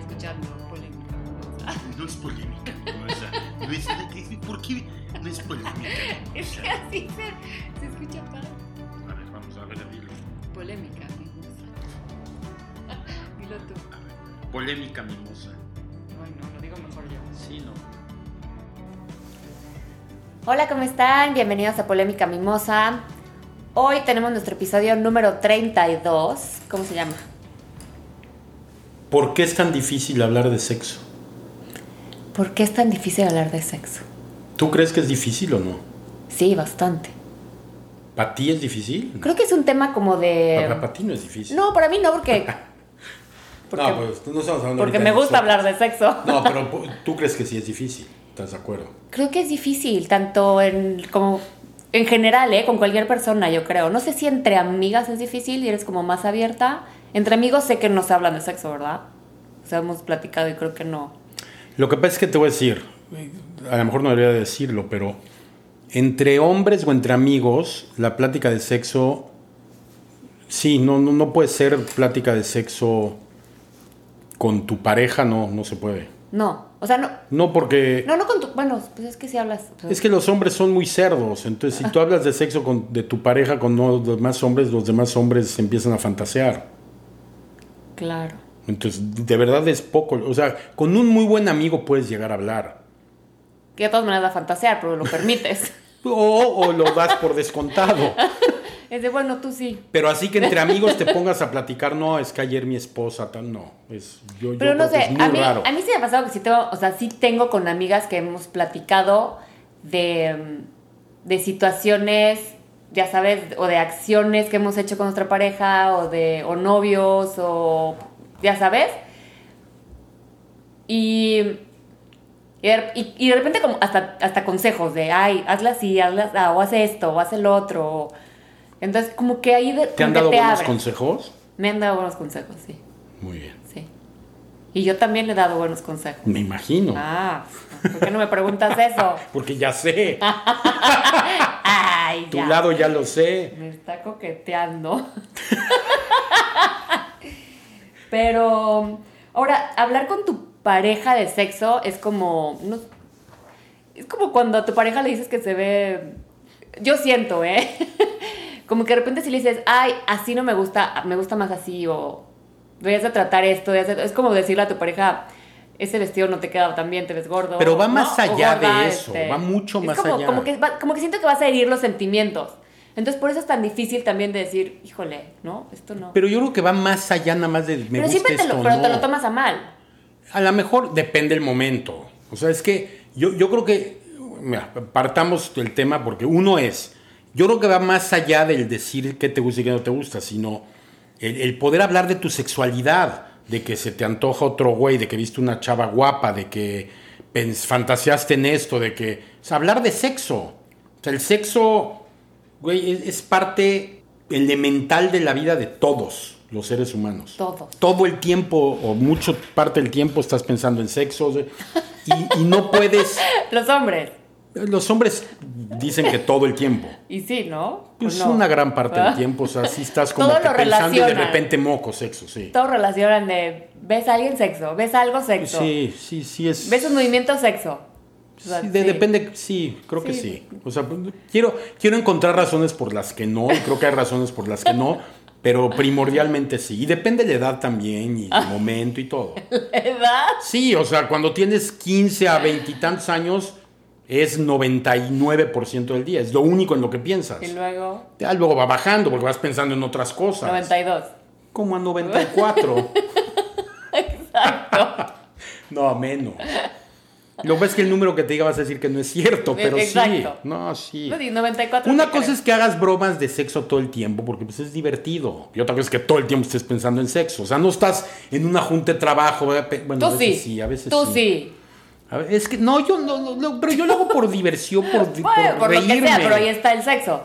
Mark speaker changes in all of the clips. Speaker 1: escuchando polémica.
Speaker 2: No es polémica. No es, no es- ¿Por qué no es polémica? O
Speaker 1: Es que
Speaker 2: sea,
Speaker 1: así se, se escucha para
Speaker 2: a ver, vamos a ver, a dilo.
Speaker 1: polémica, mi gusta. Dilo tú.
Speaker 2: A ver. Polémica mimosa.
Speaker 1: Ay, no, lo digo mejor yo.
Speaker 2: Sí, no.
Speaker 3: Hola, ¿cómo están? Bienvenidos a Polémica Mimosa. Hoy tenemos nuestro episodio número 32. ¿Cómo se llama?
Speaker 4: ¿Por qué es tan difícil hablar de sexo?
Speaker 3: ¿Por qué es tan difícil hablar de sexo?
Speaker 4: ¿Tú crees que es difícil o no?
Speaker 3: Sí, bastante.
Speaker 4: ¿Para ti es difícil?
Speaker 3: Creo que es un tema como de...
Speaker 4: Para, para ti no es difícil.
Speaker 3: Eh, No, para mí no, porque... Porque,
Speaker 4: No, pues, no estamos hablando
Speaker 3: porque
Speaker 4: ahorita
Speaker 3: me
Speaker 4: de
Speaker 3: gusta
Speaker 4: sexo.
Speaker 3: hablar de sexo.
Speaker 4: No, pero po- tú crees que sí es difícil. ¿Estás de acuerdo?
Speaker 3: Creo que es difícil, tanto en como en general, ¿eh? con cualquier persona, yo creo. No sé si entre amigas es difícil y eres como más abierta. Entre amigos sé que no se hablan de sexo, ¿verdad? O sea, hemos platicado y creo que no.
Speaker 4: Lo que pasa es que te voy a decir, a lo mejor no debería decirlo, pero entre hombres o entre amigos, la plática de sexo, sí, no, no, no puede ser plática de sexo con tu pareja, no, no se puede.
Speaker 3: No, o sea, no,
Speaker 4: No porque...
Speaker 3: no, no con tu... Bueno, pues es que si hablas... o sea,
Speaker 4: Es que los hombres son muy cerdos, entonces si tú hablas de sexo con, de tu pareja con no- los demás hombres, los demás hombres empiezan a fantasear.
Speaker 3: Claro.
Speaker 4: Entonces, de verdad es poco. O sea, con un muy buen amigo puedes llegar a hablar.
Speaker 3: Que de todas maneras va a fantasear, pero lo permites.
Speaker 4: O, o lo das por descontado.
Speaker 3: es de, bueno, tú sí.
Speaker 4: Pero así que entre amigos te pongas a platicar, no, es que ayer mi esposa, tal, no. Es, yo, yo
Speaker 3: Pero no
Speaker 4: creo que
Speaker 3: sé,
Speaker 4: es muy
Speaker 3: a mí,
Speaker 4: raro.
Speaker 3: a mí sí me ha pasado que sí tengo, o sea, sí tengo con amigas que hemos platicado de, mm, de situaciones, ya sabes, o de acciones que hemos hecho con nuestra pareja, o de, o novios, o ya sabes. Y, y, de- y- y de repente como hasta, hasta consejos de, ay, hazla así, hazla, asá, o haz esto, o haz el otro. o- entonces, como que ahí de,
Speaker 4: ¿Te han
Speaker 3: como que
Speaker 4: dado buenos
Speaker 3: abres.
Speaker 4: consejos?
Speaker 3: Me han dado buenos consejos, sí.
Speaker 4: Muy bien.
Speaker 3: Sí. Y yo también le he dado buenos consejos.
Speaker 4: Me imagino.
Speaker 3: Ah, ¿por qué no me preguntas eso?
Speaker 4: Porque ya sé.
Speaker 3: Ay,
Speaker 4: Tu
Speaker 3: Ah, ya.
Speaker 4: lado ya lo sé.
Speaker 3: Me está coqueteando. Pero ahora, hablar con tu pareja de sexo es como. no- es como cuando a tu pareja le dices que se ve. Yo siento, ¿eh? Como que de repente si le dices, ay, así no me gusta, me gusta más así, o deberías de tratar esto, deberías de- es como decirle a tu pareja, ese vestido no te queda tan bien, te ves gordo.
Speaker 4: Pero va más
Speaker 3: ¿no? O este,
Speaker 4: allá de eso, va mucho
Speaker 3: Es
Speaker 4: más
Speaker 3: como-
Speaker 4: allá.
Speaker 3: Como que va- como que siento que vas a herir los sentimientos. Entonces, por eso es tan difícil también de decir, híjole, no, esto no.
Speaker 4: Pero yo creo que va más allá nada más de me
Speaker 3: Pero
Speaker 4: gusta
Speaker 3: siempre te
Speaker 4: esto,
Speaker 3: lo, pero te
Speaker 4: no.
Speaker 3: lo tomas a mal.
Speaker 4: A lo mejor depende el momento. O sea, es que yo, yo creo que, mira, partamos del tema porque uno es, yo creo que va más allá del decir qué te gusta y qué no te gusta, sino el, el poder hablar de tu sexualidad, de que se te antoja otro güey, de que viste una chava guapa, de que pens- fantaseaste en esto, de que... O sea, hablar de sexo. O sea, el sexo, güey, es- es parte elemental de la vida de todos los seres humanos
Speaker 3: Todos.
Speaker 4: todo el tiempo o mucha parte del tiempo estás pensando en sexo o sea, y, y no puedes.
Speaker 3: Los hombres.
Speaker 4: Los hombres dicen que todo el tiempo.
Speaker 3: Y sí, ¿no? ¿O
Speaker 4: Es
Speaker 3: Pues no?
Speaker 4: Pues
Speaker 3: Ah.
Speaker 4: una gran parte del
Speaker 3: ¿Verdad?
Speaker 4: tiempo, o sea, sí estás como
Speaker 3: Todo
Speaker 4: que
Speaker 3: lo
Speaker 4: pensando y de
Speaker 3: relacionan.
Speaker 4: repente moco, sexo, sí.
Speaker 3: Todo relacionan de, ves a alguien sexo, ves algo sexo,
Speaker 4: Pues Sí, sí, sí es.
Speaker 3: ves un movimiento sexo. O sea,
Speaker 4: sí, de-
Speaker 3: sí.
Speaker 4: Depende, sí, creo que
Speaker 3: Sí.
Speaker 4: sí. O sea, quiero, quiero encontrar razones por las que no, y creo que hay razones por las que no, pero primordialmente sí. Y depende de la edad también, y el momento y todo.
Speaker 3: ¿Verdad?
Speaker 4: Sí, o sea, cuando tienes 15 a veintitantos años, es 99% del día. Es lo único en lo que piensas.
Speaker 3: Y luego,
Speaker 4: Ya luego va bajando porque vas pensando en otras cosas.
Speaker 3: 92.
Speaker 4: Como a 94. Exacto. no, menos. Lo que pasa es que el número que te diga vas a decir que no es cierto, pero sí.
Speaker 3: E- Exacto.
Speaker 4: No, sí.
Speaker 3: No, di 94.
Speaker 4: Una
Speaker 3: te
Speaker 4: cosa
Speaker 3: creo.
Speaker 4: es que hagas bromas de sexo todo el tiempo, porque pues es divertido. Y otra cosa es que todo el tiempo estés pensando en sexo. O sea, no estás en una junta de trabajo. ¿verdad? Pe- Bueno,
Speaker 3: Tú
Speaker 4: a veces
Speaker 3: sí.
Speaker 4: sí, a veces
Speaker 3: Tú
Speaker 4: sí.
Speaker 3: sí.
Speaker 4: A ver, es que no, yo no, no, no, pero yo lo hago por diversión, por, por
Speaker 3: Bueno, por lo que
Speaker 4: reírme.
Speaker 3: sea, pero ahí está el sexo.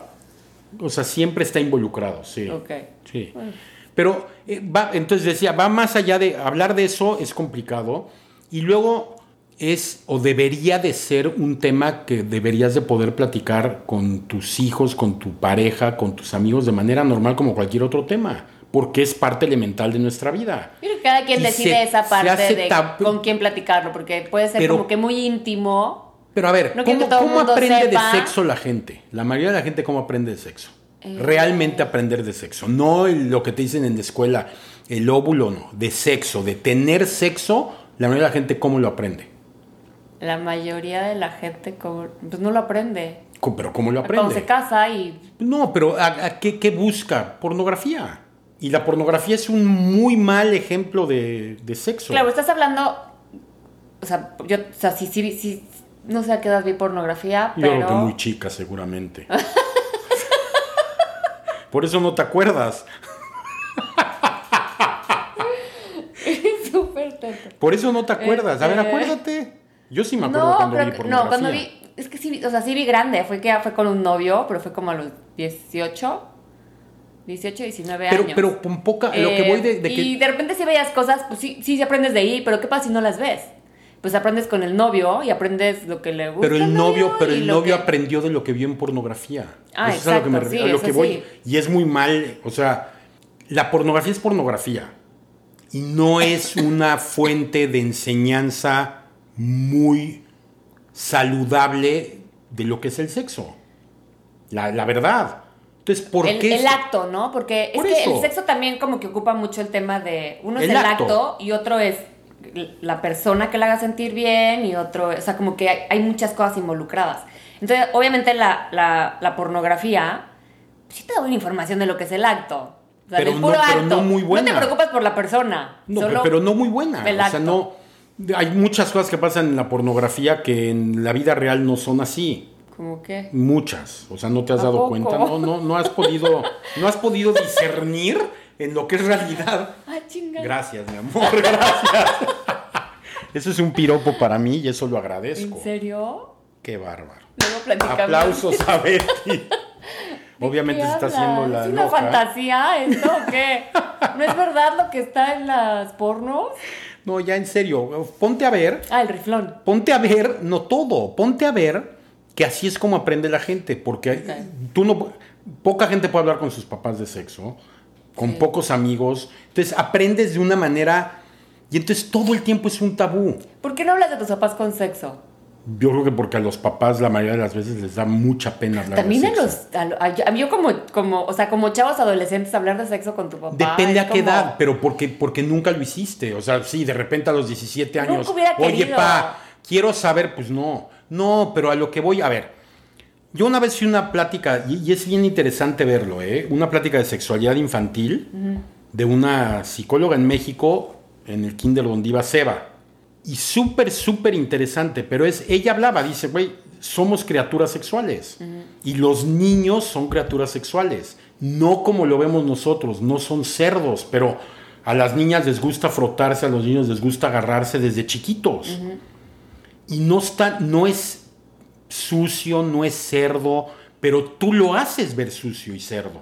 Speaker 4: O sea, siempre está involucrado, sí.
Speaker 3: Ok.
Speaker 4: Sí. Pero eh, va, entonces decía, va más allá de hablar de eso es complicado y luego es o debería de ser un tema que deberías de poder platicar con tus hijos, con tu pareja, con tus amigos de manera normal como cualquier otro tema. porque es parte elemental de nuestra vida.
Speaker 3: Yo creo que cada quien
Speaker 4: Y
Speaker 3: decide
Speaker 4: se-
Speaker 3: esa
Speaker 4: se
Speaker 3: parte
Speaker 4: hace
Speaker 3: de
Speaker 4: tab-
Speaker 3: con quién platicarlo, porque puede ser
Speaker 4: Pero-
Speaker 3: como que muy íntimo.
Speaker 4: Pero a ver,
Speaker 3: No quiero
Speaker 4: ¿cómo,
Speaker 3: que todo el
Speaker 4: cómo
Speaker 3: mundo
Speaker 4: aprende
Speaker 3: sepa.
Speaker 4: de sexo la gente? La mayoría de la gente, ¿cómo aprende de sexo?
Speaker 3: Eh.
Speaker 4: Realmente aprender de sexo. No el- lo que te dicen en la escuela, el óvulo, no. De sexo, de tener sexo, la mayoría de la gente, ¿cómo lo aprende?
Speaker 3: La mayoría de la gente como, pues no lo aprende.
Speaker 4: Co- Pero ¿cómo lo aprende?
Speaker 3: Cuando se casa y
Speaker 4: No, pero ¿a, a qué, qué busca? Pornografía. Y la pornografía es un muy mal ejemplo de, de sexo.
Speaker 3: Claro, estás hablando. O sea, yo, o sea, sí, sí, sí, no sé a qué edad vi pornografía,
Speaker 4: Yo
Speaker 3: pero.
Speaker 4: creo que muy chica, seguramente. Por eso no te acuerdas.
Speaker 3: Súper tonto.
Speaker 4: Por eso no te acuerdas. A ver,
Speaker 3: Este-
Speaker 4: acuérdate. Yo sí me acuerdo
Speaker 3: No,
Speaker 4: cuando
Speaker 3: pero,
Speaker 4: vi pornografía.
Speaker 3: no, cuando vi. Es que sí, vi- o sea, sí vi grande. Fue que fue con un novio, pero fue como a los 18. 18, 19
Speaker 4: Pero,
Speaker 3: años.
Speaker 4: pero con poca. lo que
Speaker 3: Eh,
Speaker 4: voy de, de
Speaker 3: Y
Speaker 4: que.
Speaker 3: de repente si veías cosas, pues sí, sí, sí aprendes de ahí, pero ¿qué pasa si no las ves? Pues aprendes con el novio y aprendes lo que le gusta.
Speaker 4: Pero el
Speaker 3: al
Speaker 4: novio, pero
Speaker 3: y
Speaker 4: el
Speaker 3: lo
Speaker 4: novio
Speaker 3: que-
Speaker 4: aprendió de lo que vio en pornografía.
Speaker 3: Ah,
Speaker 4: eso es a lo que, me
Speaker 3: exacto,
Speaker 4: re-
Speaker 3: sí,
Speaker 4: a lo
Speaker 3: eso
Speaker 4: que voy.
Speaker 3: sí.
Speaker 4: Y es muy mal. O sea, la pornografía es pornografía. Y no es una fuente de enseñanza muy saludable de lo que es el sexo. La, la verdad. Entonces, ¿por
Speaker 3: el,
Speaker 4: qué?
Speaker 3: el
Speaker 4: es-
Speaker 3: acto, ¿no? Porque
Speaker 4: Por
Speaker 3: es que el
Speaker 4: eso.
Speaker 3: sexo también como que ocupa mucho el tema de uno es el,
Speaker 4: El
Speaker 3: acto.
Speaker 4: acto.
Speaker 3: y otro es la persona que la haga sentir bien y otro, o sea, como que hay, hay muchas cosas involucradas. Entonces, obviamente la, la- la pornografía pues, sí te da una información de lo que es el acto. O sea,
Speaker 4: Pero
Speaker 3: del
Speaker 4: no-
Speaker 3: puro
Speaker 4: pero
Speaker 3: acto.
Speaker 4: no
Speaker 3: No
Speaker 4: muy
Speaker 3: te
Speaker 4: buena.
Speaker 3: preocupas por la persona.
Speaker 4: No,
Speaker 3: solo-
Speaker 4: pero, pero no muy buena.
Speaker 3: el
Speaker 4: o
Speaker 3: acto.
Speaker 4: sea, no. Hay muchas cosas que pasan en la pornografía que en la vida real no son así.
Speaker 3: Como que...
Speaker 4: Muchas. O sea, no te has
Speaker 3: ¿A
Speaker 4: dado
Speaker 3: poco?
Speaker 4: cuenta. No, no, no has podido, no has podido discernir en lo que es realidad.
Speaker 3: Ah, chinga.
Speaker 4: Gracias, mi amor. Gracias. Eso es un piropo para mí y eso lo agradezco.
Speaker 3: ¿En serio?
Speaker 4: Qué bárbaro.
Speaker 3: Luego platicamos.
Speaker 4: Aplausos a Betty.
Speaker 3: ¿De
Speaker 4: Ah, Obviamente
Speaker 3: qué
Speaker 4: se está
Speaker 3: hablas?
Speaker 4: haciendo la
Speaker 3: ¿Es una
Speaker 4: loca.
Speaker 3: fantasía esto o qué? ¿No es verdad lo que está en las pornos?
Speaker 4: No, ya en serio, ponte a ver
Speaker 3: Ah, el riflón.
Speaker 4: ponte a ver, no todo, ponte a ver que así es como aprende la gente, porque tú no, poca gente puede hablar con sus papás de sexo, con pocos amigos, entonces aprendes de una manera y entonces todo el tiempo es un tabú.
Speaker 3: ¿Por qué no hablas de tus papás con sexo?
Speaker 4: Yo creo que porque a los papás la mayoría de las veces les da mucha pena hablar
Speaker 3: También
Speaker 4: de
Speaker 3: a
Speaker 4: sexo.
Speaker 3: los. a lo- a- yo- a mí yo como, como. O sea, como chavos adolescentes, hablar de sexo con tu papá.
Speaker 4: Depende
Speaker 3: es
Speaker 4: a qué
Speaker 3: como-
Speaker 4: edad, pero porque, porque nunca lo hiciste. O sea, sí, de repente a los 17
Speaker 3: Nunca
Speaker 4: años.
Speaker 3: hubiera
Speaker 4: Oye,
Speaker 3: querido".
Speaker 4: pa, quiero saber, pues no. No, pero a lo que voy, a ver. Yo una vez hice una plática, y, y es bien interesante verlo, ¿eh? Una plática de sexualidad infantil de una psicóloga en México, en el kinder donde iba Seba. Y súper, súper interesante, pero es, ella hablaba, dice, güey, somos criaturas sexuales. Y los niños son criaturas sexuales. No como lo vemos nosotros, no son cerdos, pero a las niñas les gusta frotarse, a los niños les gusta agarrarse desde chiquitos. Y no, está, no es sucio, no es cerdo, pero tú lo haces ver sucio y cerdo.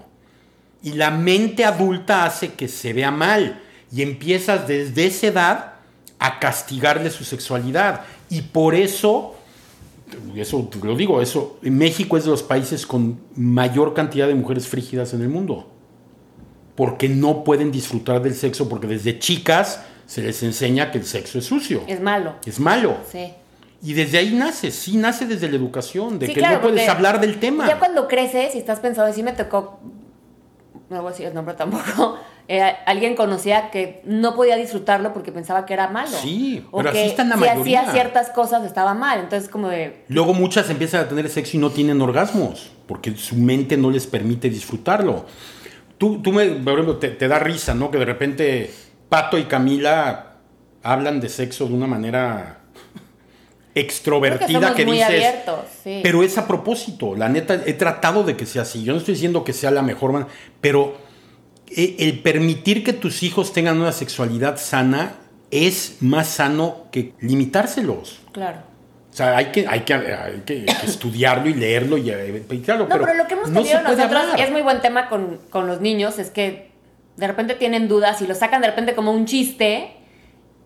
Speaker 4: Y la mente adulta hace que se vea mal. Y empiezas desde esa edad a castigarle su sexualidad. Y por eso, eso te lo digo, eso, México es de los países con mayor cantidad de mujeres frígidas en el mundo. Porque no pueden disfrutar del sexo, porque desde chicas se les enseña que el sexo es sucio.
Speaker 3: Es malo.
Speaker 4: Es malo.
Speaker 3: Sí.
Speaker 4: Y desde ahí nace, sí nace desde la educación, de
Speaker 3: Sí,
Speaker 4: que
Speaker 3: claro,
Speaker 4: no puedes
Speaker 3: porque
Speaker 4: hablar del tema.
Speaker 3: Ya cuando creces y estás pensando, sí me tocó, no voy a decir el nombre tampoco, eh, alguien conocía que no podía disfrutarlo porque pensaba que era malo.
Speaker 4: Sí,
Speaker 3: O
Speaker 4: pero
Speaker 3: que
Speaker 4: así está la
Speaker 3: si
Speaker 4: mayoría.
Speaker 3: hacía ciertas cosas estaba mal, entonces como de...
Speaker 4: Luego muchas empiezan a tener sexo y no tienen orgasmos, porque su mente no les permite disfrutarlo. Tú, tú me, por ejemplo, te, te da risa, ¿no? Que de repente Pato y Camila hablan de sexo de una manera
Speaker 3: creo
Speaker 4: extrovertida
Speaker 3: somos
Speaker 4: que
Speaker 3: muy
Speaker 4: dices.
Speaker 3: abiertos, sí.
Speaker 4: Pero es a propósito, la neta, he tratado de que sea así. Yo no estoy diciendo que sea la mejor manera, pero e- el permitir que tus hijos tengan una sexualidad sana es más sano que limitárselos.
Speaker 3: Claro.
Speaker 4: O sea, hay que, hay que, hay que estudiarlo y leerlo y eh, pensarlo,
Speaker 3: No, pero, lo que hemos
Speaker 4: no
Speaker 3: tenido
Speaker 4: se puede
Speaker 3: nosotros,
Speaker 4: hablar.
Speaker 3: y es muy buen tema con, con los niños, es que de repente tienen dudas y lo sacan de repente como un chiste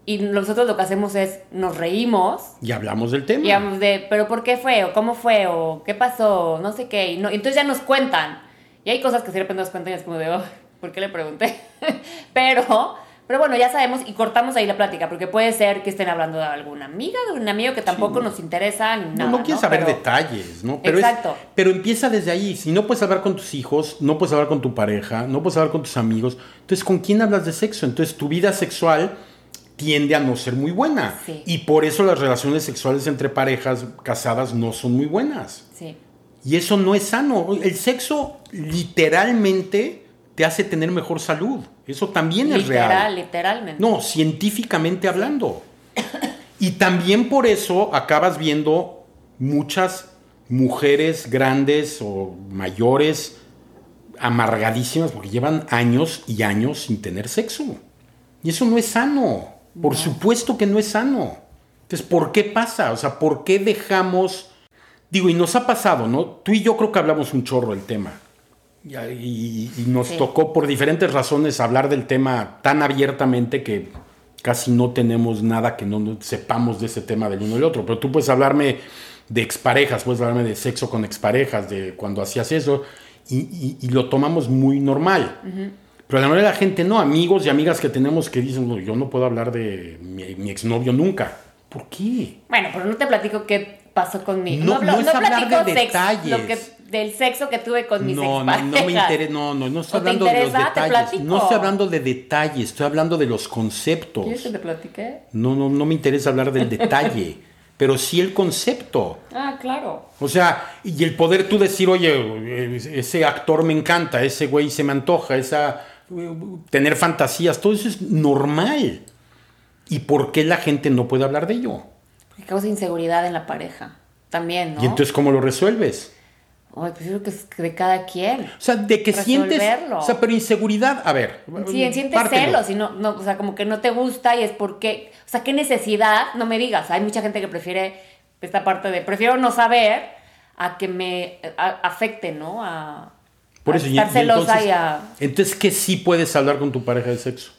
Speaker 3: y nosotros lo que hacemos es nos reímos
Speaker 4: Y hablamos del tema.
Speaker 3: digamos, de, pero ¿por qué fue? ¿O cómo fue? ¿O qué pasó? No sé qué. Y no, y entonces ya nos cuentan. Y hay cosas que de repente nos cuentan y es como de, "Oh, por qué le pregunté. pero, pero bueno, ya sabemos y cortamos ahí la plática, porque puede ser que estén hablando de alguna amiga, de un amigo que tampoco
Speaker 4: no.
Speaker 3: nos interesa ni
Speaker 4: No,
Speaker 3: nada.
Speaker 4: no quieres saber
Speaker 3: Pero-
Speaker 4: detalles, ¿no? Pero es-
Speaker 3: Exacto.
Speaker 4: pero empieza desde ahí. Si no puedes hablar con tus hijos, no puedes hablar con tu pareja, no puedes hablar con tus amigos, entonces ¿con quién hablas de sexo? Entonces tu vida sexual tiende a no ser muy buena.
Speaker 3: Sí.
Speaker 4: Y por eso las relaciones sexuales entre parejas casadas no son muy buenas.
Speaker 3: Sí.
Speaker 4: Y eso no es sano. El sexo literalmente te hace tener mejor salud. Eso también es
Speaker 3: Literal,
Speaker 4: real.
Speaker 3: literalmente.
Speaker 4: No, científicamente hablando. Y también por eso acabas viendo muchas mujeres grandes o mayores amargadísimas porque llevan años y años sin tener sexo. Y eso no es sano. Por supuesto que no es sano. Entonces, ¿por qué pasa? O sea, ¿por qué dejamos... Digo, y nos ha pasado, ¿no? Tú y yo creo que hablamos un chorro del tema. Y, y- y nos
Speaker 3: Sí.
Speaker 4: tocó por diferentes razones hablar del tema tan abiertamente que casi no tenemos nada que no nos sepamos de ese tema del uno y del otro. Pero tú puedes hablarme de exparejas, puedes hablarme de sexo con exparejas, de cuando hacías eso, y, y- y lo tomamos muy normal. Pero la mayoría de la gente no, amigos y amigas que tenemos que dicen, "No, yo no puedo hablar de mi, mi exnovio nunca. ¿Por qué?
Speaker 3: Bueno, pero no te platico qué pasó conmigo.
Speaker 4: No, no es hablar de
Speaker 3: platico
Speaker 4: detalles.
Speaker 3: lo que- del sexo que tuve con mis
Speaker 4: No, no,
Speaker 3: exparejas.
Speaker 4: no me interesa, no, no, no estoy
Speaker 3: ¿O te
Speaker 4: hablando de los
Speaker 3: interesa? Te
Speaker 4: detalles.
Speaker 3: platico.
Speaker 4: No estoy hablando de detalles, estoy hablando de los conceptos.
Speaker 3: ¿Quieres que te platiqué?
Speaker 4: No, no, no me interesa hablar del detalle, pero sí el concepto.
Speaker 3: Ah, claro.
Speaker 4: O sea, y el poder tú decir, oye, ese actor me encanta, ese güey se me antoja, esa tener fantasías, todo eso es normal. ¿Y por qué la gente no puede hablar de ello?
Speaker 3: Porque causa inseguridad en la pareja. También, ¿no?
Speaker 4: Y entonces, ¿cómo lo resuelves?
Speaker 3: Ay, pues yo creo que es de cada quien.
Speaker 4: O sea, de que sientes.
Speaker 3: Resolverlo.
Speaker 4: O sea, pero inseguridad, a ver.
Speaker 3: Sí, sientes
Speaker 4: Mm, pártelo.
Speaker 3: celos y no, no, o sea, como que no te gusta y es porque, o sea, qué necesidad, no me digas, hay mucha gente que prefiere esta parte de, prefiero no saber a que me a- afecte, ¿no? A,
Speaker 4: Por
Speaker 3: a
Speaker 4: eso, y-
Speaker 3: estar
Speaker 4: y
Speaker 3: celosa
Speaker 4: entonces,
Speaker 3: y a...
Speaker 4: Entonces, ¿qué sí puedes hablar con tu pareja de sexo?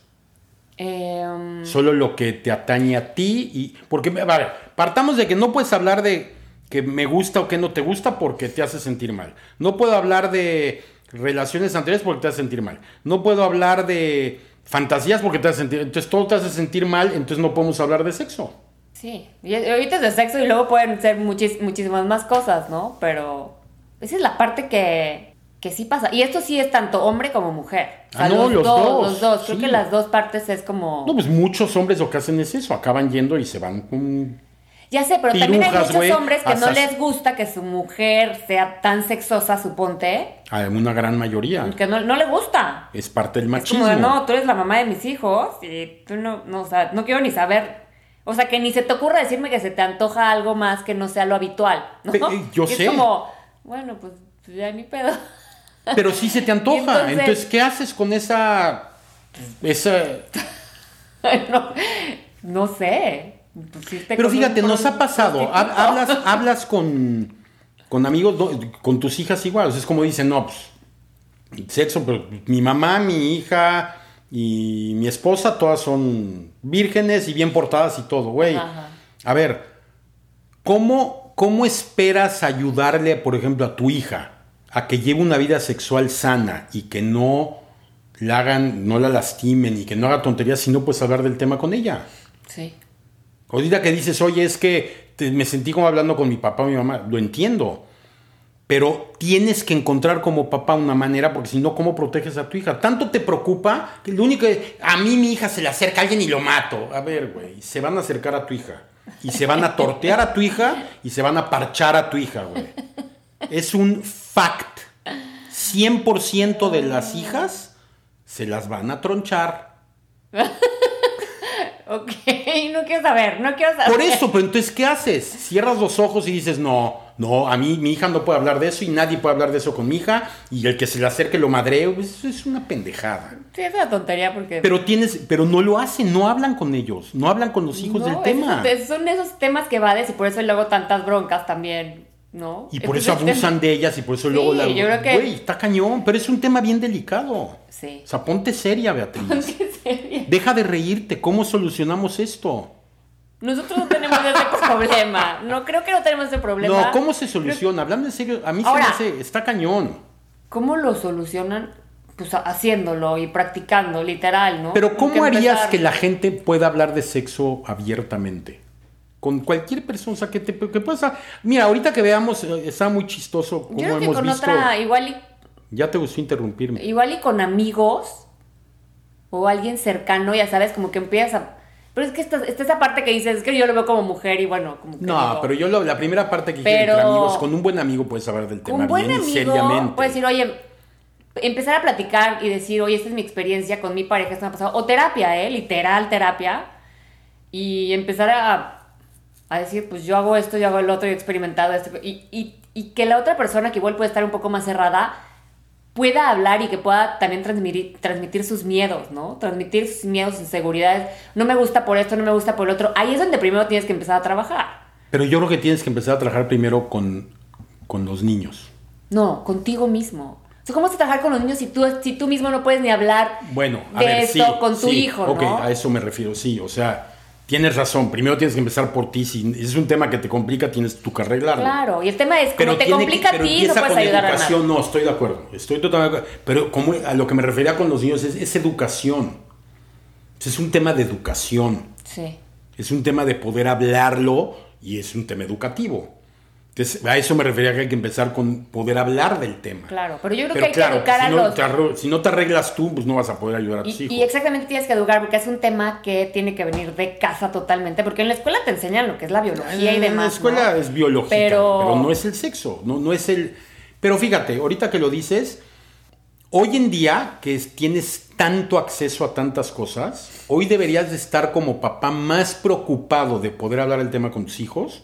Speaker 3: em,
Speaker 4: Solo lo que te atañe a ti y. Porque, a ver, partamos de que no puedes hablar de que me gusta o que no te gusta porque te hace sentir mal. No puedo hablar de relaciones anteriores porque te hace sentir mal. No puedo hablar de fantasías porque te hace sentir. Entonces todo te hace sentir mal, entonces no podemos hablar de sexo.
Speaker 3: Sí, y y ahorita es de sexo y luego pueden ser muchis- muchísimas más cosas, ¿no? Pero esa es la parte que, que sí pasa. Y esto sí es tanto hombre como mujer.
Speaker 4: Ah, no, los dos,
Speaker 3: Los dos. Creo
Speaker 4: sí.
Speaker 3: que las dos partes es como...
Speaker 4: No, pues muchos hombres lo que hacen es eso, acaban yendo y se van con
Speaker 3: ya sé, pero también hay
Speaker 4: pirujas,
Speaker 3: muchos
Speaker 4: güey,
Speaker 3: hombres que no
Speaker 4: asas.
Speaker 3: les gusta que su mujer sea tan sexosa, suponte,
Speaker 4: a una gran mayoría.
Speaker 3: que no, no le gusta.
Speaker 4: Es parte del
Speaker 3: Es
Speaker 4: machismo.
Speaker 3: como, de, no, tú eres la mamá de mis hijos y tú no, no, o sea, no quiero ni saber. O sea, que ni se te ocurra decirme que se te antoja algo más que no sea lo habitual, ¿no?
Speaker 4: Pe- eh, yo
Speaker 3: Y
Speaker 4: sé.
Speaker 3: Es como, bueno, pues ya ni pedo.
Speaker 4: Pero sí se te antoja.
Speaker 3: Y entonces-
Speaker 4: Entonces, ¿qué haces con esa. pues, esa...
Speaker 3: no, no sé. Pues, sí te
Speaker 4: Pero
Speaker 3: con-
Speaker 4: fíjate,
Speaker 3: con
Speaker 4: nos
Speaker 3: un
Speaker 4: ha pasado.
Speaker 3: prostituto.
Speaker 4: Ha- Hablas, hablas con, con amigos, do- con tus hijas igual. O sea, es como dicen, no, pues. Sexo, pero mi mamá, mi hija y mi esposa, todas son vírgenes y bien portadas y todo, güey.
Speaker 3: Ajá.
Speaker 4: A ver, ¿cómo, ¿cómo esperas ayudarle, por ejemplo, a tu hija a que lleve una vida sexual sana y que no la hagan, no la lastimen y que no haga tonterías si no puedes hablar del tema con ella?
Speaker 3: Sí.
Speaker 4: Ahorita que dices, oye, es que te- me sentí como hablando con mi papá o mi mamá, lo entiendo. Pero tienes que encontrar como papá una manera, porque si no, ¿cómo proteges a tu hija? Tanto te preocupa que lo único es, a mí mi hija se le acerca a alguien y lo mato. A ver, güey, se van a acercar a tu hija. Y se van a tortear a tu hija y se van a parchar a tu hija, güey. Es un fact. 100% de las hijas se las van a tronchar.
Speaker 3: Ok, no quiero saber, no quiero saber.
Speaker 4: Por eso, pero entonces, ¿qué haces? Cierras los ojos y dices, no, no, a mí mi hija no puede hablar de eso y nadie puede hablar de eso con mi hija y el que se le acerque lo madreo, pues, eso es una pendejada.
Speaker 3: Sí, es una tontería porque...
Speaker 4: Pero tienes, pero no lo hacen, no hablan con ellos, no hablan con los hijos
Speaker 3: No,
Speaker 4: del tema.
Speaker 3: esos- son esos temas que vades y por eso luego tantas broncas también, ¿no?
Speaker 4: Y por
Speaker 3: Entonces,
Speaker 4: eso abusan de ellas y por eso
Speaker 3: Sí,
Speaker 4: luego la...
Speaker 3: yo creo que-
Speaker 4: Güey, está cañón, pero es un tema bien delicado.
Speaker 3: Sí.
Speaker 4: O sea, ponte seria, Beatriz. Deja de reírte, ¿cómo solucionamos esto?
Speaker 3: Nosotros no tenemos ese problema. No creo que no tenemos ese problema.
Speaker 4: No, ¿cómo se soluciona? Hablando en serio, a mí
Speaker 3: Ahora-
Speaker 4: se me hace, está cañón.
Speaker 3: ¿Cómo lo solucionan? pues haciéndolo y practicando, literal, ¿no?
Speaker 4: Pero
Speaker 3: Como
Speaker 4: ¿cómo harías
Speaker 3: empezar.
Speaker 4: que la gente pueda hablar de sexo abiertamente? Con cualquier persona o sea, que te que pasa. Mira, ahorita que veamos, eh, está muy chistoso
Speaker 3: Yo
Speaker 4: como
Speaker 3: creo que
Speaker 4: hemos
Speaker 3: con
Speaker 4: visto.
Speaker 3: otra, igual y
Speaker 4: Ya te gustó interrumpirme.
Speaker 3: Igual y con amigos o alguien cercano, ya sabes, como que empiezas a... Pero es que esta, está esa parte que dices, es que yo lo veo como mujer y bueno, como que...
Speaker 4: No,
Speaker 3: digo,
Speaker 4: pero yo lo- la primera parte que dije
Speaker 3: Pero-
Speaker 4: entre amigos, con un buen amigo puedes hablar del tema
Speaker 3: Un buen
Speaker 4: bien y
Speaker 3: amigo
Speaker 4: seriamente.
Speaker 3: puede decir, oye, empezar a platicar y decir, oye, esta es mi experiencia con mi pareja, esto me ha pasado. O terapia, ¿eh? Literal terapia. Y empezar a, a decir, pues yo hago esto, yo hago el otro, yo he experimentado esto. Y, y- y que la otra persona que igual puede estar un poco más cerrada pueda hablar y que pueda también transmitir, transmitir sus miedos, ¿no? Transmitir sus miedos, inseguridades. No me gusta por esto, no me gusta por el otro. Ahí es donde primero tienes que empezar a trabajar.
Speaker 4: Pero yo creo que tienes que empezar a trabajar primero con, con los niños.
Speaker 3: No, contigo mismo. O sea, ¿cómo vas a trabajar con los niños si tú, si tú mismo no puedes ni hablar
Speaker 4: Bueno, a
Speaker 3: de
Speaker 4: ver,
Speaker 3: esto
Speaker 4: sí,
Speaker 3: con tu
Speaker 4: sí,
Speaker 3: hijo,
Speaker 4: Ok,
Speaker 3: ¿no?
Speaker 4: a eso me refiero, sí. O sea, tienes razón. Primero tienes que empezar por ti. Si es un tema que te complica, tienes tú que arreglarlo.
Speaker 3: Claro, y el tema es, como te
Speaker 4: tiene que-
Speaker 3: complica a
Speaker 4: pero
Speaker 3: ti, no
Speaker 4: empieza
Speaker 3: puedes
Speaker 4: con
Speaker 3: ayudar a nadie.
Speaker 4: educación, no, estoy de acuerdo. Estoy totalmente de acuerdo. Pero como a lo que me refería con los niños es, es educación. Es un tema de educación.
Speaker 3: Sí.
Speaker 4: Es un tema de poder hablarlo y es un tema educativo. Entonces, a eso me refería que hay que empezar con poder hablar del tema.
Speaker 3: Claro, pero yo creo que hay que educar
Speaker 4: si
Speaker 3: a
Speaker 4: no,
Speaker 3: los-
Speaker 4: te arru- si no te arreglas tú, pues no vas a poder ayudar a tus
Speaker 3: Y,
Speaker 4: hijos.
Speaker 3: y exactamente tienes que educar porque es un tema que tiene que venir de casa totalmente, porque en la escuela te enseñan lo que es la biología y demás.
Speaker 4: La escuela
Speaker 3: ¿no?
Speaker 4: es biológica,
Speaker 3: Pero-
Speaker 4: pero... no es el sexo, no, no es el... Pero fíjate, ahorita que lo dices, hoy en día que es- tienes tanto acceso a tantas cosas, hoy deberías de estar como papá más preocupado de poder hablar el tema con tus hijos,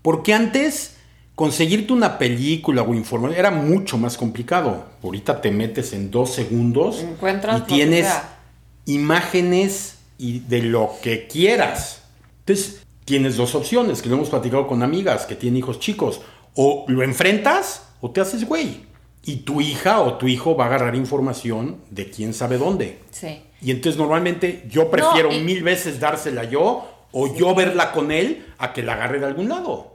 Speaker 4: porque antes conseguirte una película o información era mucho más complicado. Ahorita te metes en dos segundos
Speaker 3: Encuentras
Speaker 4: y
Speaker 3: lo que
Speaker 4: tienes
Speaker 3: sea.
Speaker 4: imágenes y de lo que quieras. Entonces, tienes dos opciones, que lo hemos platicado con amigas que tienen hijos chicos. O lo enfrentas o te haces güey. Y tu hija o tu hijo va a agarrar información de quién sabe dónde.
Speaker 3: Sí.
Speaker 4: Y entonces normalmente yo prefiero
Speaker 3: y-
Speaker 4: mil veces dársela yo o yo verla con él a que la agarre de algún lado.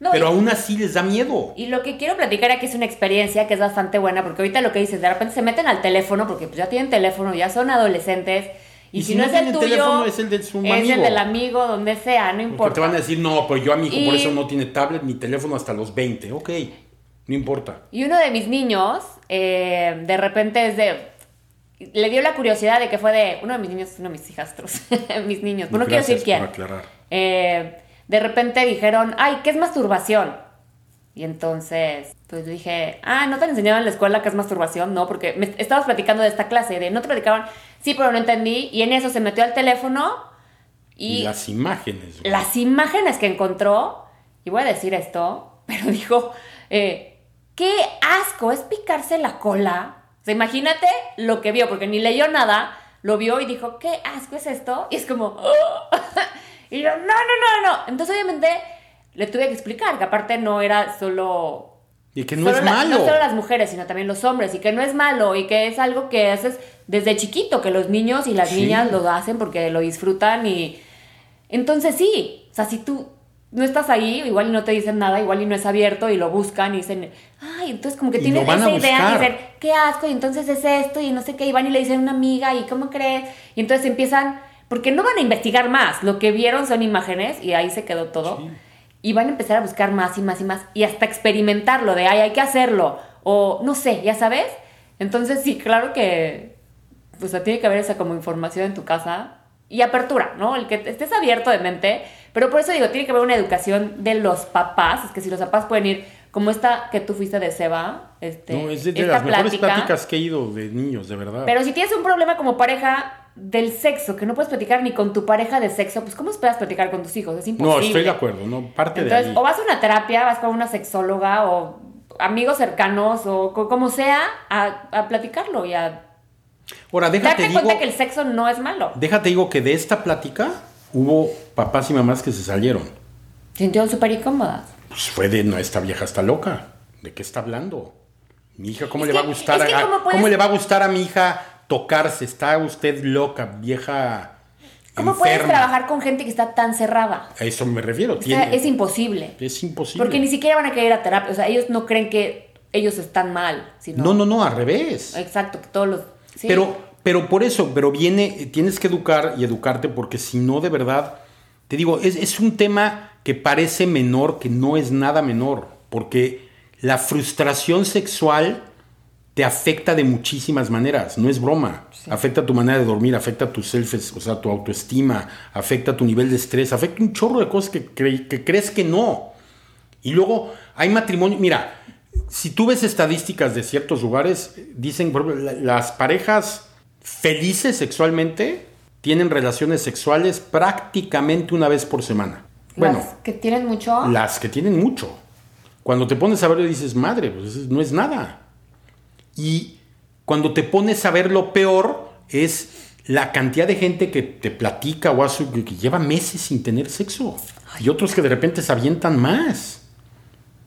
Speaker 3: No,
Speaker 4: Pero
Speaker 3: y-
Speaker 4: aún así les da miedo.
Speaker 3: Y lo que quiero platicar aquí es una experiencia que es bastante buena, porque ahorita lo que dices, de repente se meten al teléfono, porque pues ya tienen teléfono, ya son adolescentes, y, si, no, es el
Speaker 4: tienen
Speaker 3: tuyo,
Speaker 4: teléfono, es el de su
Speaker 3: es el
Speaker 4: amigo.
Speaker 3: del amigo, donde sea, no
Speaker 4: Porque te
Speaker 3: importa.
Speaker 4: van a decir, no, pero yo a mi hijo por
Speaker 3: Y-
Speaker 4: eso no tiene tablet ni teléfono hasta los 20. Ok, no importa.
Speaker 3: Y uno de mis niños, eh, de repente es de... Le dio la curiosidad de que fue de uno de mis niños, uno de mis hijastros, mis niños, pero no quiero
Speaker 4: Gracias
Speaker 3: decir quién.
Speaker 4: por aclarar.
Speaker 3: Eh, de repente dijeron, ay, ¿qué es masturbación? Y entonces, pues yo dije, ah, ¿no te han enseñado en la escuela qué es masturbación? No, porque me estabas platicando de esta clase, de no te platicaban, sí, pero no entendí. Y en eso se metió al teléfono y,
Speaker 4: Y las imágenes. güey.
Speaker 3: las imágenes que encontró, y voy a decir esto, pero dijo, eh, qué asco es picarse la cola. O sea, imagínate lo que vio, porque ni leyó nada, lo vio y dijo, qué asco es esto. Y es como, "Oh". y yo, no, no, no, no. Entonces obviamente le tuve que explicar que aparte no era solo...
Speaker 4: Y que no
Speaker 3: solo
Speaker 4: es
Speaker 3: la-
Speaker 4: malo.
Speaker 3: no solo las mujeres, sino también los hombres, y que no es malo, y que es algo que haces desde chiquito, que los niños y las
Speaker 4: Sí.
Speaker 3: niñas lo hacen porque lo disfrutan y, entonces sí, o sea, si tú no estás ahí, igual y no te dicen nada, igual y no es abierto y lo buscan y dicen, ay, entonces como que
Speaker 4: Y
Speaker 3: tienen
Speaker 4: lo van
Speaker 3: esa
Speaker 4: a
Speaker 3: idea y
Speaker 4: buscar.
Speaker 3: dicen, qué asco, y entonces es esto y no sé qué, y van y le dicen a una amiga y cómo crees, y entonces empiezan, porque no van a investigar más, lo que vieron son imágenes y ahí se quedó todo,
Speaker 4: Sí.
Speaker 3: y van a empezar a buscar más y más y más, y hasta experimentarlo de, ay, hay que hacerlo, o no sé, ya sabes, entonces sí, claro que o sea, tiene que haber esa como información en tu casa y apertura, ¿no? El que estés abierto de mente, pero por eso digo, tiene que haber una educación de los papás, es que si los papás pueden ir, como esta que tú fuiste de Seba, este,
Speaker 4: No, es de, de
Speaker 3: esta
Speaker 4: las mejores pláticas que he ido de niños, de verdad.
Speaker 3: Pero si tienes un problema como pareja del sexo, que no puedes platicar ni con tu pareja de sexo, pues ¿cómo esperas platicar con tus hijos? Es imposible.
Speaker 4: no, estoy de acuerdo, no, parte de
Speaker 3: Entonces,
Speaker 4: ahí.
Speaker 3: o vas a una terapia, vas con una sexóloga o amigos cercanos o co- como sea, a, a platicarlo y a
Speaker 4: Ahora, déjate
Speaker 3: darte
Speaker 4: digo,
Speaker 3: cuenta que el sexo no es malo.
Speaker 4: déjate digo que de esta plática hubo papás y mamás que se salieron.
Speaker 3: Sintieron súper incómodas.
Speaker 4: Pues fue de, no, esta vieja está loca. ¿De qué está hablando? Mi hija, ¿cómo
Speaker 3: Es
Speaker 4: le va
Speaker 3: que-
Speaker 4: a gustar
Speaker 3: es que
Speaker 4: a,
Speaker 3: ¿cómo
Speaker 4: ¿cómo,
Speaker 3: puedes-
Speaker 4: le va a gustar a mi hija tocarse? Está usted loca, vieja.
Speaker 3: ¿Cómo puedes
Speaker 4: enferma.
Speaker 3: trabajar con gente que está tan cerrada?
Speaker 4: A eso me refiero.
Speaker 3: O sea,
Speaker 4: tiene-
Speaker 3: es imposible.
Speaker 4: es imposible.
Speaker 3: Porque ni siquiera van a querer ir a terapia. O sea, ellos no creen que ellos están mal, sino
Speaker 4: No, no, no, al revés.
Speaker 3: exacto, que todos los sí.
Speaker 4: Pero, pero por eso, pero viene, tienes que educar y educarte porque si no, de verdad, te digo, es, es un tema que parece menor, que no es nada menor, porque la frustración sexual te afecta de muchísimas maneras, no es broma. Afecta tu manera de dormir, afecta tu self, o sea, tu autoestima, afecta tu nivel de estrés, afecta un chorro de cosas que, cre- que crees que no. Y luego hay matrimonio. Mira, si tú ves estadísticas de ciertos lugares, dicen, por ejemplo, la- las parejas felices sexualmente tienen relaciones sexuales prácticamente una vez por semana. Bueno,
Speaker 3: las que tienen mucho
Speaker 4: las que tienen mucho. Cuando te pones a verlo dices, madre, pues eso no es nada. Y cuando te pones a ver lo peor es la cantidad de gente que te platica o hace- que que lleva meses sin tener sexo. Y otros que de repente se avientan más.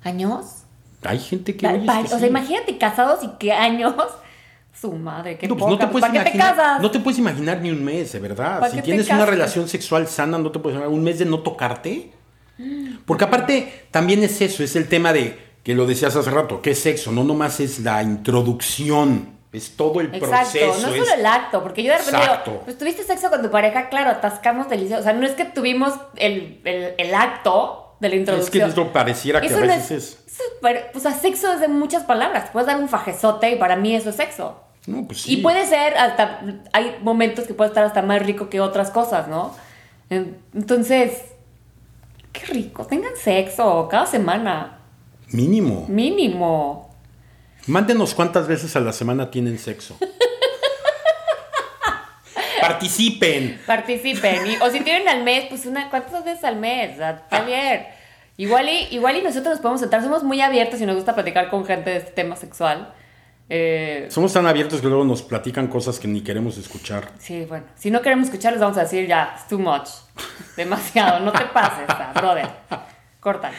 Speaker 3: años.
Speaker 4: Hay gente que...
Speaker 3: Pa-
Speaker 4: oye, es
Speaker 3: pa-
Speaker 4: que
Speaker 3: o sea,
Speaker 4: sí.
Speaker 3: imagínate casados y qué años. Su madre, qué
Speaker 4: No, pues no te
Speaker 3: poca, pues,
Speaker 4: puedes
Speaker 3: ¿Para qué te
Speaker 4: imaginar,
Speaker 3: casas?
Speaker 4: no te puedes imaginar ni un mes, de verdad.
Speaker 3: ¿Para
Speaker 4: Si
Speaker 3: qué te
Speaker 4: tienes una
Speaker 3: casas?
Speaker 4: relación sexual sana, no te puedes imaginar un mes de no tocarte.
Speaker 3: Mm.
Speaker 4: Porque aparte, también es eso, es el tema de, que lo decías hace rato, que es sexo, no nomás es la introducción, es todo el
Speaker 3: Exacto,
Speaker 4: proceso.
Speaker 3: no
Speaker 4: es-
Speaker 3: solo el acto, porque yo de repente
Speaker 4: Exacto.
Speaker 3: digo, pues tuviste sexo con tu pareja, claro, atascamos delicioso. O sea, no es que tuvimos el, el- el acto de la
Speaker 4: es que
Speaker 3: introducción.
Speaker 4: eso pareciera que a
Speaker 3: no
Speaker 4: veces es...
Speaker 3: eso es par- o sea, sexo es de muchas palabras. Puedes dar un fajezote y para mí eso es sexo.
Speaker 4: No, pues sí.
Speaker 3: Y puede ser hasta. Hay momentos que puede estar hasta más rico que otras cosas, ¿no? En- Entonces. Qué rico. Tengan sexo cada semana.
Speaker 4: Mínimo.
Speaker 3: Mínimo.
Speaker 4: Mándenos cuántas veces a la semana tienen sexo. Participen.
Speaker 3: Participen. Y- o si tienen al mes, pues una, ¿cuántas veces al mes? O sea, Está bien. Igual y, igual y nosotros nos podemos sentar. Somos muy abiertos y nos gusta platicar con gente de este tema sexual. Eh,
Speaker 4: Somos tan abiertos que luego nos platican cosas que ni queremos escuchar.
Speaker 3: Sí, bueno, si no queremos escuchar, les vamos a decir ya, it's too much, demasiado, no te pases, ah, brother, cortan.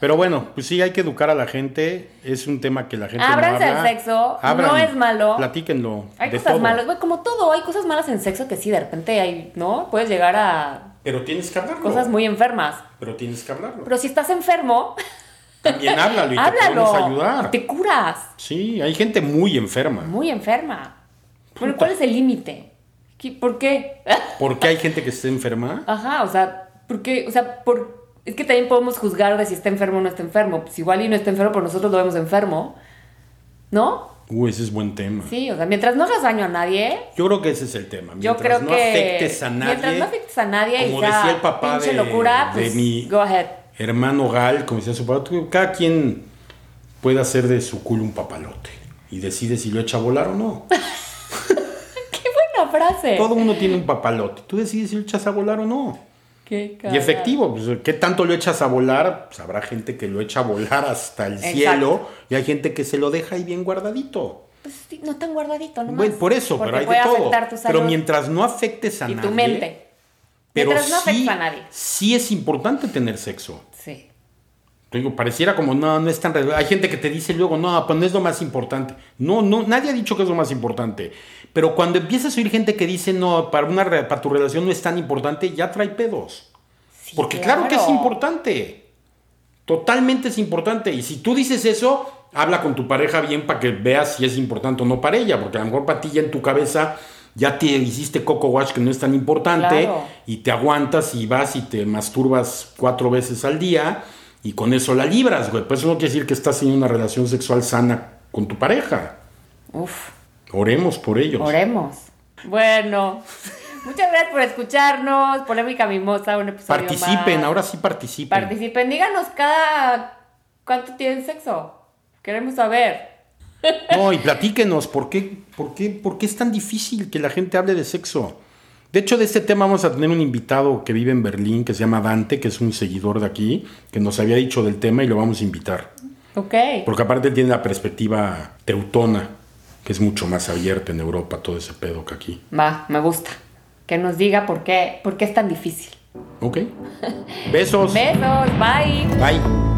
Speaker 4: Pero bueno, pues sí, hay que educar a la gente. Es un tema que la gente
Speaker 3: Ábranse
Speaker 4: no
Speaker 3: al
Speaker 4: habla.
Speaker 3: sexo, no es malo.
Speaker 4: Platíquenlo.
Speaker 3: Hay
Speaker 4: de
Speaker 3: cosas
Speaker 4: todo.
Speaker 3: malas, güey, como todo, hay cosas malas en sexo que sí, de repente hay, ¿no? Puedes llegar a
Speaker 4: Pero tienes que hablarlo.
Speaker 3: cosas muy enfermas.
Speaker 4: Pero tienes que hablarlo.
Speaker 3: Pero si estás enfermo,
Speaker 4: También háblalo y
Speaker 3: háblalo,
Speaker 4: te podemos ayudar.
Speaker 3: te curas,
Speaker 4: Sí, hay gente muy enferma.
Speaker 3: muy enferma. Bueno, ¿cuál es el límite? ¿Qué- ¿Por qué?
Speaker 4: ¿Por qué hay gente que esté enferma?
Speaker 3: Ajá, o sea, porque, o sea, por, es que también podemos juzgar de si está enfermo o no está enfermo. Pues igual y no está enfermo, pero nosotros lo vemos enfermo. ¿No?
Speaker 4: Uy, ese es buen tema.
Speaker 3: Sí, o sea, mientras no hagas daño a nadie,
Speaker 4: Yo creo que ese es el tema.
Speaker 3: yo
Speaker 4: Mientras
Speaker 3: creo
Speaker 4: no
Speaker 3: que.
Speaker 4: afectes a nadie.
Speaker 3: Mientras no afectes a nadie
Speaker 4: como
Speaker 3: y sea
Speaker 4: decía el papá
Speaker 3: pinche
Speaker 4: de-
Speaker 3: locura,
Speaker 4: de
Speaker 3: pues,
Speaker 4: mi-
Speaker 3: Go ahead.
Speaker 4: hermano Gal, como decía su papá, tú- cada quien puede hacer de su culo un papalote y decide si lo echa a volar o no.
Speaker 3: ¡Qué buena frase!
Speaker 4: Todo uno tiene un papalote, tú decides si lo echas a volar o no.
Speaker 3: Qué
Speaker 4: Y
Speaker 3: cagado.
Speaker 4: efectivo, pues, ¿qué tanto lo echas a volar? Pues habrá gente que lo echa a volar hasta el
Speaker 3: Exacto.
Speaker 4: cielo y hay gente que se lo deja ahí bien guardadito.
Speaker 3: Pues sí, no tan guardadito, nomás.
Speaker 4: Bueno, por eso,
Speaker 3: Porque
Speaker 4: pero hay
Speaker 3: puede
Speaker 4: de todo.
Speaker 3: afectar tu
Speaker 4: Pero
Speaker 3: salud
Speaker 4: mientras no afectes a
Speaker 3: y
Speaker 4: nadie.
Speaker 3: tu mente.
Speaker 4: Pero
Speaker 3: mientras no
Speaker 4: sí,
Speaker 3: afectes a nadie.
Speaker 4: sí es importante tener sexo.
Speaker 3: Sí.
Speaker 4: Te digo, pareciera como no, no es tan relevante. Hay gente que te dice luego, no, pues no es lo más importante. No, no, nadie ha dicho que es lo más importante. Pero cuando empiezas a oír gente que dice, no, para, una, re- para tu relación no es tan importante, ya trae pedos.
Speaker 3: Sí,
Speaker 4: Porque claro. que es importante. Totalmente es importante. Y si tú dices eso, habla con tu pareja bien para que veas si es importante o no para ella. Porque a lo mejor para ti ya en tu cabeza ya te hiciste coco wash que no es tan importante.
Speaker 3: Claro.
Speaker 4: Y te aguantas y vas y te masturbas cuatro veces al día. Y con eso la libras, güey. Pues eso no quiere decir que estás en una relación sexual sana con tu pareja.
Speaker 3: Uf.
Speaker 4: Oremos por ellos.
Speaker 3: Oremos. Bueno, muchas gracias por escucharnos. Polémica Mimosa, un episodio
Speaker 4: participen,
Speaker 3: más.
Speaker 4: ahora sí participen.
Speaker 3: Participen, díganos cada cuánto tienen sexo. Queremos saber.
Speaker 4: No, y platíquenos, ¿por qué, por, qué, ¿por qué es tan difícil que la gente hable de sexo? De hecho, de este tema vamos a tener un invitado que vive en Berlín, que se llama Dante, que es un seguidor de aquí, que nos había dicho del tema y lo vamos a invitar.
Speaker 3: Ok.
Speaker 4: Porque aparte tiene la perspectiva teutona, que es mucho más abierta en Europa, todo ese pedo que aquí.
Speaker 3: Va, me gusta. Que nos diga por qué, por qué es tan difícil.
Speaker 4: ¿Ok? Besos.
Speaker 3: Besos, bye.
Speaker 4: Bye.